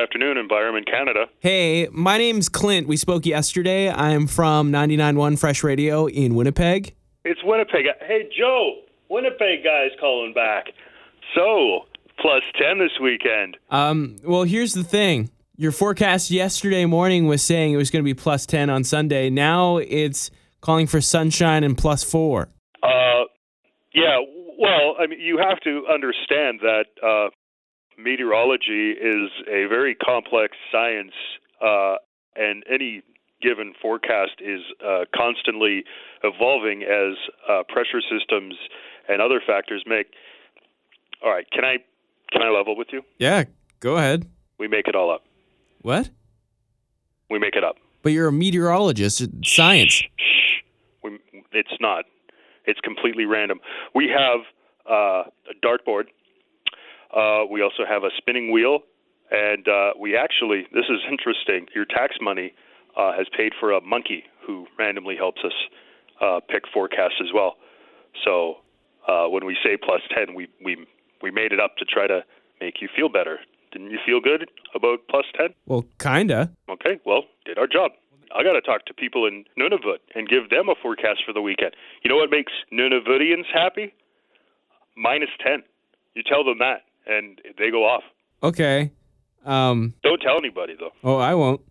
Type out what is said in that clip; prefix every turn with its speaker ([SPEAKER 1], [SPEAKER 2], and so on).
[SPEAKER 1] afternoon, Environment Canada.
[SPEAKER 2] Hey, my name's Clint. We spoke yesterday. I'm from 99.1 Fresh Radio in Winnipeg.
[SPEAKER 1] It's Winnipeg. Hey, Joe, Winnipeg guy's calling back. So, plus 10 this weekend.
[SPEAKER 2] Um, well, here's the thing. Your forecast yesterday morning was saying it was going to be plus 10 on Sunday. Now it's calling for sunshine and plus 4.
[SPEAKER 1] Uh, yeah, well, I mean, you have to understand that uh, meteorology is a very complex science, uh, and any given forecast is uh, constantly evolving as uh, pressure systems and other factors make. All right, can I can I level with you?
[SPEAKER 2] Yeah, go ahead.
[SPEAKER 1] We make it all up.
[SPEAKER 2] What?
[SPEAKER 1] We make it up.
[SPEAKER 2] But you're a meteorologist, science.
[SPEAKER 1] We, it's not. It's completely random. We have uh, a dartboard. Uh, we also have a spinning wheel, and uh, we actually this is interesting. Your tax money uh, has paid for a monkey who randomly helps us uh, pick forecasts as well. So uh, when we say plus ten, we we we made it up to try to make you feel better. Didn't you feel good about plus ten?
[SPEAKER 2] Well, kinda.
[SPEAKER 1] Okay, well, did our job. I got to talk to people in Nunavut and give them a forecast for the weekend. You know what makes Nunavutians happy? Minus 10. You tell them that, and they go off.
[SPEAKER 2] Okay. Um,
[SPEAKER 1] Don't tell anybody, though.
[SPEAKER 2] oh, I won't.